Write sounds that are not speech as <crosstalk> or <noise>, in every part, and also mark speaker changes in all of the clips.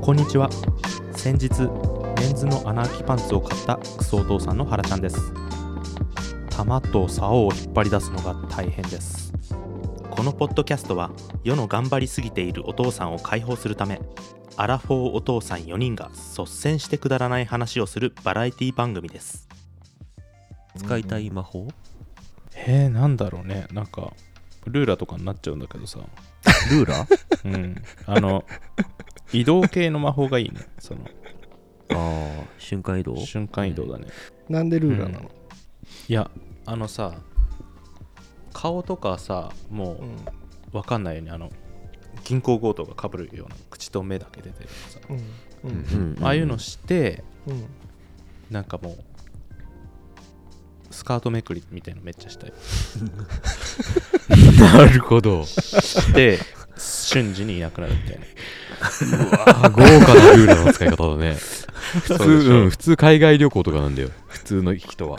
Speaker 1: こんにちは先日メンズの穴あきパンツを買ったクソお父さんの原ちゃんです玉と竿を引っ張り出すのが大変ですこのポッドキャストは世の頑張りすぎているお父さんを解放するためアラフォーお父さん4人が率先してくだらない話をするバラエティ番組です
Speaker 2: 使いたい魔法
Speaker 1: へえなんだろうねなんかルーラとかになっちゃうんだけどさ
Speaker 2: ルーラー
Speaker 1: うんあの移動系の魔法がいいねその
Speaker 2: ああ瞬間移動
Speaker 1: 瞬間移動だね
Speaker 3: なんでルーラーなの、
Speaker 1: いやあのさ顔とかさも
Speaker 3: うん
Speaker 1: う分かんないよねあの銀行強盗がかぶるような口と目だけ出てるのさ、
Speaker 3: うんう
Speaker 2: うん
Speaker 3: ん
Speaker 2: うん
Speaker 1: ああいうのして
Speaker 3: うん
Speaker 1: なんかもうスカートめくりみたいのめっちゃしたい
Speaker 2: なるほど
Speaker 1: <laughs> で瞬時にいなくなるみたいな
Speaker 4: あ豪華なルーラーの使い方だね普通
Speaker 1: そうでしょ
Speaker 4: うん、普通海外旅行とかなんだよ普通の人は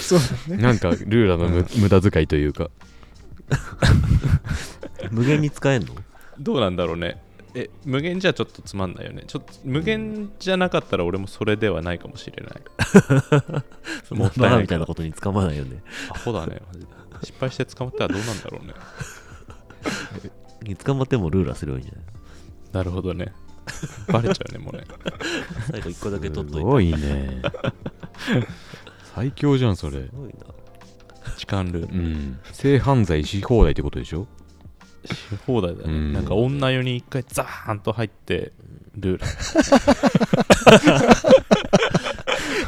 Speaker 3: そうだね
Speaker 4: <laughs> なんかルーラーのむ、無駄遣いというか
Speaker 2: 無限に使えん <laughs> の
Speaker 1: どうなんだろうねえ無限じゃちょっとつまんないよねちょっと無限じゃなかったら俺もそれではないかもしれない <laughs> もったい
Speaker 2: バカ
Speaker 1: ない
Speaker 2: みた
Speaker 1: け
Speaker 2: いな
Speaker 1: ど
Speaker 2: ことに捕まらないよね
Speaker 1: アホだねマジで失敗して捕まったらどうなんだろうね
Speaker 2: 捕まってもルーラーすればいいんじゃない
Speaker 1: なるほどね。 <laughs> バレちゃうね、もうね。
Speaker 2: <laughs> 最後一個だけ
Speaker 4: す
Speaker 2: 取っといて
Speaker 4: ごいね最強じゃんそれ
Speaker 2: すごいな
Speaker 1: 痴漢ルー
Speaker 4: う
Speaker 1: ル。
Speaker 4: ん性犯罪し放題ってことでしょ
Speaker 1: し放題だ
Speaker 4: う
Speaker 1: ね。
Speaker 4: ん
Speaker 1: なんか女湯に一回ザーンと入って、ルーラー。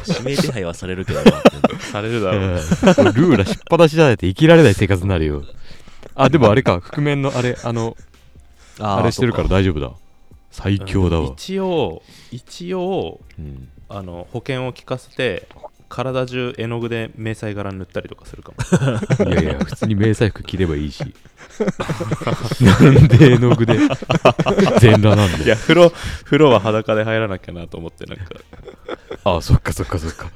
Speaker 2: 指名手配はされるけど <laughs> な
Speaker 1: <laughs> されるだ
Speaker 4: うん
Speaker 1: ろう。
Speaker 4: <laughs> ルーラー引っ張らしじゃないと生きられない生活になるよあでもあれか覆面のあれあの
Speaker 2: あ
Speaker 4: あれしてるからら大丈夫だ最強だわ、
Speaker 1: 一応、一応、
Speaker 4: うん、
Speaker 1: あの、保険を効かせて、体中絵の具で迷彩柄塗ったりとかするかも。
Speaker 4: いやいや普通に迷彩服着ればいいしなんで絵の具で全裸なんだよ
Speaker 1: <laughs> いや、風呂、風呂は裸で入らなきゃなと思って、なんか、
Speaker 4: あそっかそっかそっか。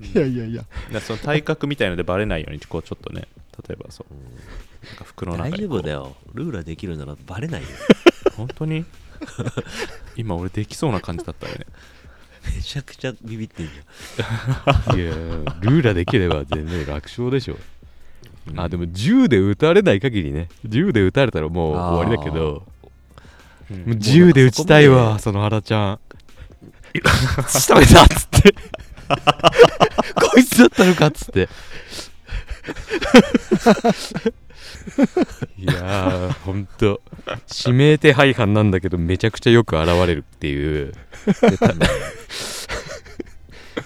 Speaker 3: いやいやいや
Speaker 1: なその体格みたいのでバレないように、こう、ちょっとね、例えばそう、なんか服の中
Speaker 2: 大
Speaker 1: に
Speaker 2: 丈夫だよルーラーできるならバレ <laughs> ないよ
Speaker 1: 本当に <laughs> 今俺できそうな感じだったよね。
Speaker 2: めちゃくちゃビビってんじ
Speaker 4: いや、ルーラできれば全然楽勝でしょ。あ、でも銃で撃たれない限りね。銃で撃たれたらもう終わりだけど、
Speaker 1: うん
Speaker 4: もう銃で撃ちたいわ、その原ちゃん。
Speaker 2: <laughs>
Speaker 4: 仕留めたっつって。こいつだったのかっつって。いやー、ほんと、指名手配犯なんだけど、めちゃくちゃよく現れるっていう。
Speaker 2: ゃん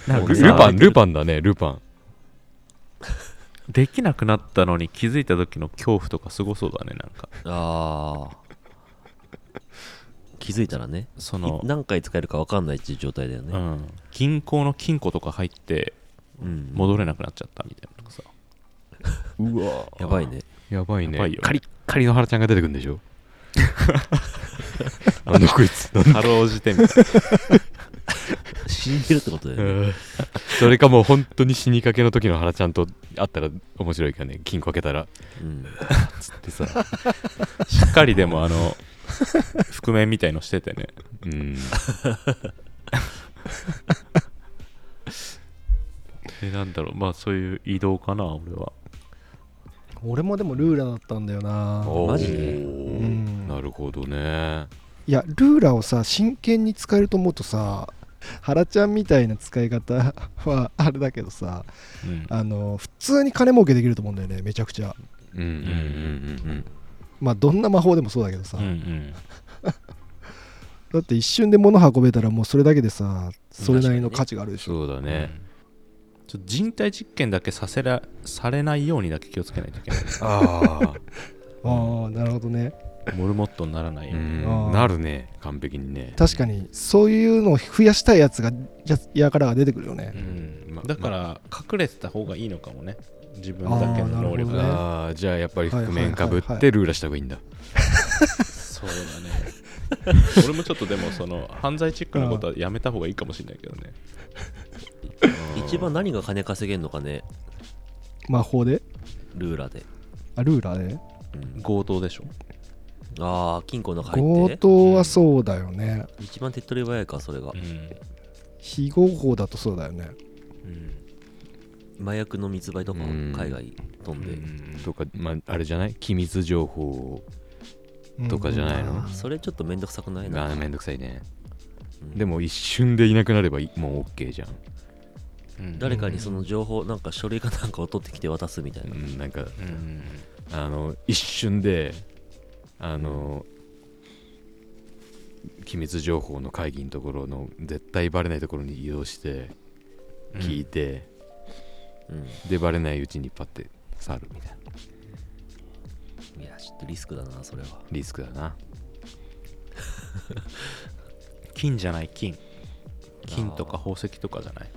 Speaker 1: な
Speaker 2: なん
Speaker 1: か
Speaker 2: んか
Speaker 4: ル
Speaker 2: さ
Speaker 4: ルパン、ルパンだね、ルパン。
Speaker 1: できなくなったのに気づいた時の恐怖とかすごそうだねなんか
Speaker 2: <laughs> ああ気づいたらね
Speaker 1: そ
Speaker 2: い
Speaker 1: の、
Speaker 2: 何回使えるか分かんないっていう状態だよ
Speaker 1: う
Speaker 2: ね、
Speaker 1: ん、銀行の金庫とか入って
Speaker 2: うん
Speaker 1: 戻れなくなっちゃったみたいなとかさ、
Speaker 4: うわ
Speaker 2: やばいね
Speaker 4: やばいね。
Speaker 1: やばいよね
Speaker 4: カリッカリの原ちゃんが出てくるんで <laughs> しょなんだこいつ。なんだ
Speaker 1: かろうじてみたい
Speaker 2: 死んでるってことだよね、
Speaker 4: それかもう本当に死にかけの時の原ちゃんと会ったら面白いからね、金庫開けたら。
Speaker 2: うん、
Speaker 4: つって <laughs> さ。
Speaker 1: なしっかりでもあの覆面みたいのしててね
Speaker 4: うん。
Speaker 1: えなんだろうまあそういう移動かな俺は
Speaker 3: 俺もでもルーラーだったんだよな
Speaker 4: おー
Speaker 2: マジで
Speaker 3: うん
Speaker 4: なるほどね。
Speaker 3: いやルーラーをさ真剣に使えると思うとさハラちゃんみたいな使い方はあれだけどさ
Speaker 1: うん
Speaker 3: あの普通に金儲けできると思うんだよねめちゃくちゃ
Speaker 4: うんうんうんうん
Speaker 3: まあどんな魔法でもそうだけどさ、
Speaker 1: うんうん
Speaker 3: だって一瞬で物運べたらもうそれだけでさそれなりの価値がある
Speaker 4: うん。
Speaker 3: でしょ、
Speaker 4: そうだね。
Speaker 1: ちょっと人体実験だけさせらされないようにだけ気をつけないといけない
Speaker 4: ああ。
Speaker 3: ああなるほどね
Speaker 1: モルモットにならないうように、
Speaker 4: ん。なるね、完璧にね。
Speaker 3: 確かにそういうのを増やしたいやつがややからが出てくるよね、
Speaker 1: うん
Speaker 4: ま
Speaker 1: だから隠れてた方がいいのかもね自分だけの能
Speaker 3: あーなるほ
Speaker 1: 力
Speaker 3: ど
Speaker 1: が
Speaker 3: ね
Speaker 4: ああ、じゃあやっぱり覆
Speaker 3: はいはい
Speaker 4: 面
Speaker 3: は
Speaker 4: か
Speaker 3: いは
Speaker 4: ぶ
Speaker 3: い
Speaker 4: ってルーラした方がいいんだ。
Speaker 1: そうだね <laughs> 俺もちょっとでもその犯罪チックなことはやめた方がいいかもしれないけどね
Speaker 2: 一番何が金稼げんのかね
Speaker 3: 魔法で
Speaker 2: ルーラーで
Speaker 3: あルーラーで
Speaker 1: 強盗でしょ
Speaker 2: ああ金庫の中入
Speaker 3: 強
Speaker 2: って
Speaker 3: 盗はそうだよね、
Speaker 2: 一番手っ取り早いかそれが
Speaker 1: う、ん
Speaker 3: 非合法だとそうだよね
Speaker 2: 麻薬の密売とか
Speaker 4: うん
Speaker 2: 海外飛んで、
Speaker 4: とか、まあ、あれじゃない機密情報を
Speaker 3: うん
Speaker 4: とかじゃないの
Speaker 3: うん
Speaker 2: それちょっとめんどくさくないな、
Speaker 4: あーめんどくさいね
Speaker 2: うん
Speaker 4: でも一瞬でいなくなればいいもう OK じゃん、
Speaker 1: うん
Speaker 2: 誰かにその情報なんか書類かなんかを取ってきて渡すみたいな、
Speaker 4: うんなんか
Speaker 1: うん
Speaker 4: あの一瞬であの機密情報の会議のところの絶対バレないところに移動して聞いて、
Speaker 2: うん
Speaker 4: でバレないうちにパッて去るみたいない
Speaker 2: やちょっとリスクだなそれは
Speaker 4: リスクだな
Speaker 1: 金じゃない金金とか宝石とかじゃない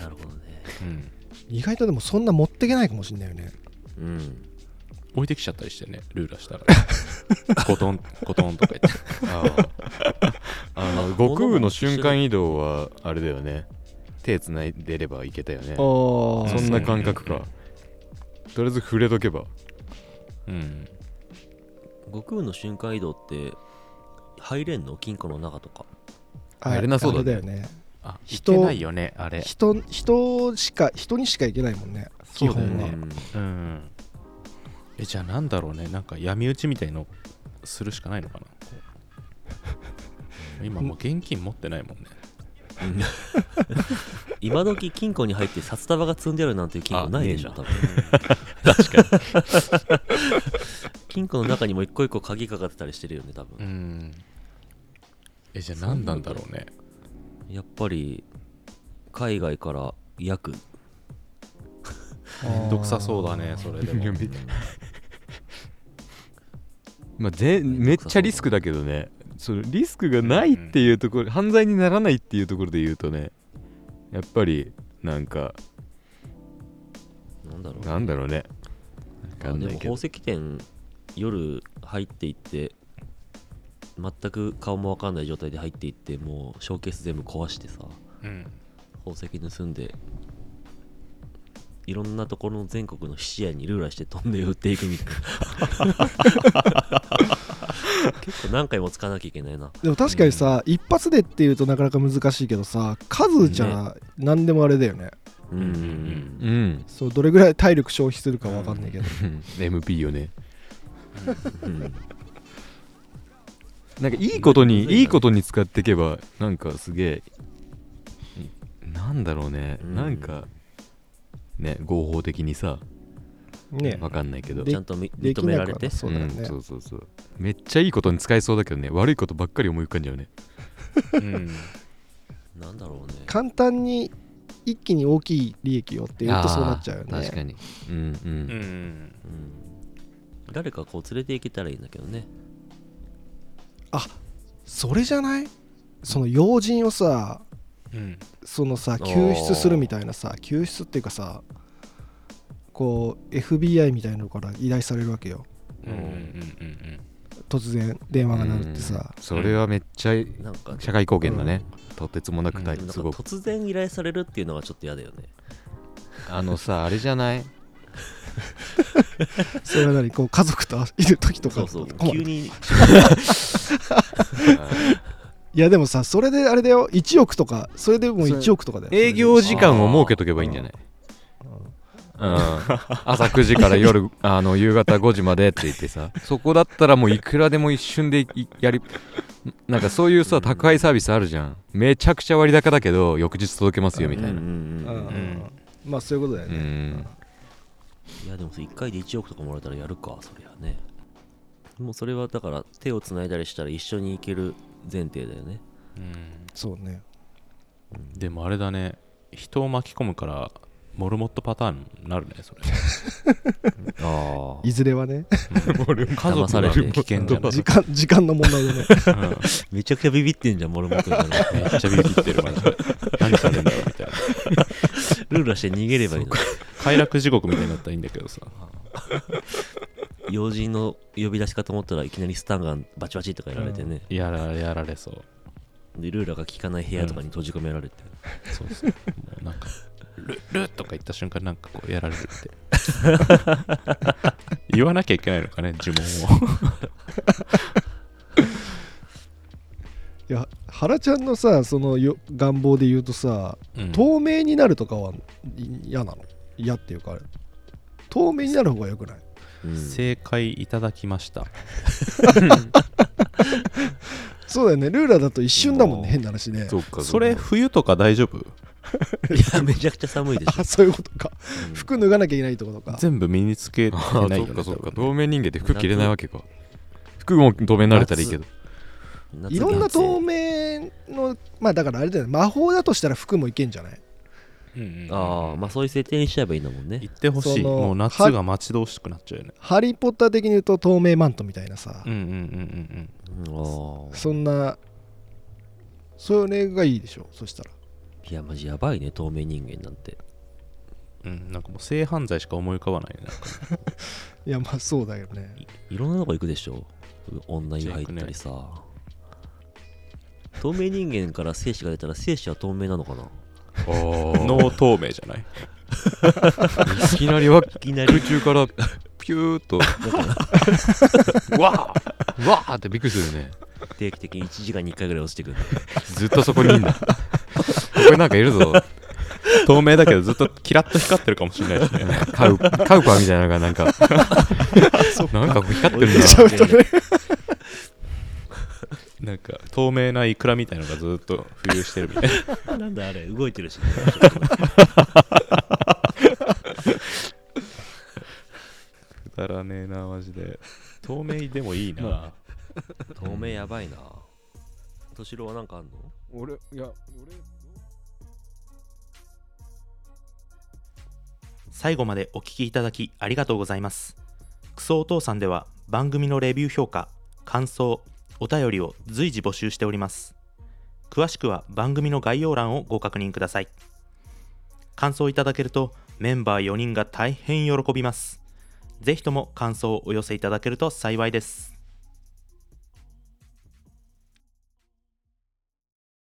Speaker 2: なるほどね
Speaker 1: うん
Speaker 3: 意外とでもそんな持ってけないかもしんないよね
Speaker 2: うん
Speaker 1: 置いてきちゃったりしてねルーラしたら <laughs> コトンコトンとか言って
Speaker 2: <laughs>
Speaker 4: あの悟空の瞬間移動はあれだよね手つないでればいけたよねそ
Speaker 3: あ
Speaker 1: ー
Speaker 4: んな感覚
Speaker 1: うん
Speaker 4: かとりあえず触れとけば
Speaker 1: うん
Speaker 2: 悟空の瞬間移動って入れんの金庫の中とか
Speaker 4: やれなそうだね
Speaker 3: あれだよね
Speaker 1: あい
Speaker 3: 人
Speaker 1: けないよねあれ
Speaker 3: 人人しか人にしか行けないもんね基
Speaker 1: そうだよ
Speaker 3: 本
Speaker 1: ね
Speaker 3: は
Speaker 2: うん
Speaker 1: うんえじゃあなんだろうねなんか闇討ちみたいのするしかないの <laughs> かなこう今もう現金持ってないもんね
Speaker 2: 今時金庫に入って札束が積んであるなんていう金庫ないでしょ
Speaker 4: あ
Speaker 2: 多分金庫の中にも一個一個鍵かかってたりしてるよね多
Speaker 1: う
Speaker 2: 分
Speaker 1: んえじゃあ何なんだろうね
Speaker 2: やっぱり海外から約
Speaker 1: めんどくさそうだねそれでも <laughs>
Speaker 4: いや <laughs> めまあ、ぜめっちゃリスクだけどねそのリスクがないっていうところ、犯罪にならないっていうところで言うとねやっぱりなんか
Speaker 2: なんだろう
Speaker 4: なんだろうねわか
Speaker 2: あ
Speaker 4: ん
Speaker 2: で
Speaker 4: な
Speaker 2: も
Speaker 4: いけ
Speaker 2: 宝
Speaker 4: ど
Speaker 2: 石店夜入っていって全く顔もわかんない状態で入っていってもうショーケース全部壊してさ
Speaker 1: うん
Speaker 2: 宝石盗んでいろんなところの全国の視野にルーラーして飛んで売っていくみたいな結構何回も使わなきゃいけないな
Speaker 3: でも確かにさ、一発でっていうとなかなか難しいけどさ数じゃ何でもあれだよね
Speaker 2: うん
Speaker 1: うん
Speaker 4: うん <laughs>
Speaker 3: そうどれぐらい体力消費するかわかんないけど、
Speaker 4: MP よね
Speaker 2: うん
Speaker 4: なんかいいことに
Speaker 2: むずいない
Speaker 4: いことに使っていけばなんかすげえいなんだろうね、
Speaker 2: うん
Speaker 4: なんかね合法的にさ
Speaker 3: ね
Speaker 4: わかんないけど
Speaker 2: ちゃんとみ
Speaker 3: で
Speaker 2: 認
Speaker 3: き
Speaker 2: め
Speaker 3: な
Speaker 2: ら
Speaker 3: くはな
Speaker 2: れて
Speaker 3: そうだよね、
Speaker 4: んそうそうそうめっちゃいいことに使えそうだけどね悪いことばっかり思い浮かんじゃうね
Speaker 1: うん
Speaker 2: なんだろうね
Speaker 3: 簡単に一気に大きい利益をって言うとそうなっちゃうよね
Speaker 4: あー確かにうんう、
Speaker 1: うんん
Speaker 2: うん誰かこう連れて行けたらいいんだけどね
Speaker 3: それじゃないその要人をさ
Speaker 1: うん
Speaker 3: そのさ
Speaker 2: ー
Speaker 3: 救出するみたいなさ救出っていうかさこう FBI みたいなのから依頼されるわけよ
Speaker 1: うんうんうん
Speaker 3: 突然電話が鳴るってさ、
Speaker 4: うんそれはめっちゃ
Speaker 2: なんか
Speaker 4: 社会貢献だね、とてつもなく大
Speaker 2: なん
Speaker 4: す
Speaker 2: か
Speaker 4: ごく
Speaker 2: 突然依頼されるっていうのはちょっと嫌だよね
Speaker 4: あのさあれじゃ
Speaker 3: <laughs>
Speaker 4: ない
Speaker 3: それは何こう家族といる時とか
Speaker 2: そうそう
Speaker 3: 困る
Speaker 2: 急に
Speaker 3: いやでもさそれであれだよ1億とかそれでもう1億とかだよ
Speaker 4: 営業時間を設けとけばいいんじゃないうん、朝9時から夜あの夕方5時までって言ってさそこだったらもういくらでも一瞬でいやりなんかそういうさ宅配サービスあるじゃんめちゃくちゃ割高だけど翌日届けますよみたいな
Speaker 2: うんうん
Speaker 3: う
Speaker 2: うん
Speaker 3: ん、
Speaker 1: ん
Speaker 3: まあそういうことだよ
Speaker 4: う
Speaker 3: ね、
Speaker 4: ん
Speaker 2: いやでも1回で1億とかもらえたらやるかそりゃねもうそれはだから手をつないだりしたら一緒に行ける前提だよね
Speaker 1: うん
Speaker 3: そうね
Speaker 1: でもあれだね人を巻き込むからモルモットパターンになるね <laughs> それ
Speaker 2: あ
Speaker 3: いずれはね
Speaker 1: 家族
Speaker 2: さ
Speaker 1: が
Speaker 2: れて
Speaker 1: 危険じゃない
Speaker 3: 時間時間の問題だね
Speaker 2: めちゃくちゃビビってんじゃんモルモットになる
Speaker 1: めっちゃビビってるマジで何されるんだろうみたいな
Speaker 2: <laughs> ルーラして逃げればいいの
Speaker 1: 快楽地獄みたいになったらいいんだけどさ
Speaker 2: 要人の呼び出しかと思ったらいきなりスタンガンバチバチとかやられてね、
Speaker 1: <laughs> やらやられそう
Speaker 2: でルーラが効かない部屋とかに閉じ込められて、
Speaker 1: そうそうもうなんかルルとか言った瞬間なんか <laughs> こうやられるって言わなきゃいけないのかね呪文を
Speaker 3: いや原ちゃんのさそのよ願望で言うとさ、
Speaker 1: うん
Speaker 3: 透明になるとかはい嫌なの嫌っていうかあれ透明になる方が良くない
Speaker 2: うん
Speaker 1: 正解いただきました
Speaker 3: そうだよねルーラーだと一瞬だもん
Speaker 1: お
Speaker 3: ね
Speaker 1: ー
Speaker 3: 変な話ね
Speaker 4: そっか
Speaker 1: それ冬とか大丈夫
Speaker 2: いやめちゃくちゃ寒いでしょ
Speaker 3: <laughs> あ
Speaker 2: <laughs>
Speaker 3: そういうことか
Speaker 2: うん
Speaker 3: 服脱がなきゃいけないってことか
Speaker 1: 全部身につけて
Speaker 4: あ
Speaker 1: ないよ
Speaker 4: ーそっ
Speaker 1: ね
Speaker 4: かそっ
Speaker 1: 多
Speaker 4: か
Speaker 1: 分
Speaker 4: 透
Speaker 1: ね
Speaker 4: 明人間って服着れないわけか服も透明になれたらいいけど
Speaker 2: 夏
Speaker 3: いろんな
Speaker 2: 夏
Speaker 3: 透明のまあだからあれだよね魔法だとしたら服もいけんじゃない
Speaker 1: うんうん
Speaker 2: ああまあそういう設定にしちゃえばいいんだもんね
Speaker 1: 行ってほしい
Speaker 3: その
Speaker 1: もう夏が待ち遠しくなっちゃうよね
Speaker 3: ハリー・ポッター的に言うと透明マントみたいなさ、
Speaker 1: うんうんうんうん
Speaker 2: うんああ
Speaker 3: そんなそれがいいでしょそしたら
Speaker 2: いやマジやばいね透明人間なんて
Speaker 1: うんうんなんかもう性犯罪しか思い浮かばないよねなんか
Speaker 3: いやまあそうだよね
Speaker 2: いろんなとこ行くでしょ女湯入ったりさ、透明人間から精子が出たら精子は透明なのかな
Speaker 4: あ
Speaker 1: 脳透明じゃない <laughs>
Speaker 4: ーいきなりはい
Speaker 2: きなり
Speaker 4: 空中からピュー <laughs> っとわーわーってびっくりするよね
Speaker 2: 定期的に1時間に1回ぐらい落ちてくる
Speaker 4: ずっとそこにいんだここになんかいるぞ
Speaker 1: 透明だけどずっとキラッと光ってるかもしれないしね
Speaker 4: カウカウパーみたいなのがなん <laughs> かなんか光ってる
Speaker 2: いや
Speaker 4: な
Speaker 3: <laughs> ちょっとね
Speaker 1: なんか透明なイクラみたいのがずっと浮遊してるみたいな
Speaker 2: なんだあれ動いてるし、
Speaker 1: くだらねえなマジで透明でもいいな、
Speaker 2: 透明やばいな敏郎はなんかあんの
Speaker 4: 俺いや
Speaker 1: 最後までお聞きいただきありがとうございますクソお父さんでは番組のレビュー評価感想お便りを随時募集しております詳しくは番組の概要欄をご確認ください感想いただけるとメンバー4人が大変喜びますぜひとも感想をお寄せいただけると幸いです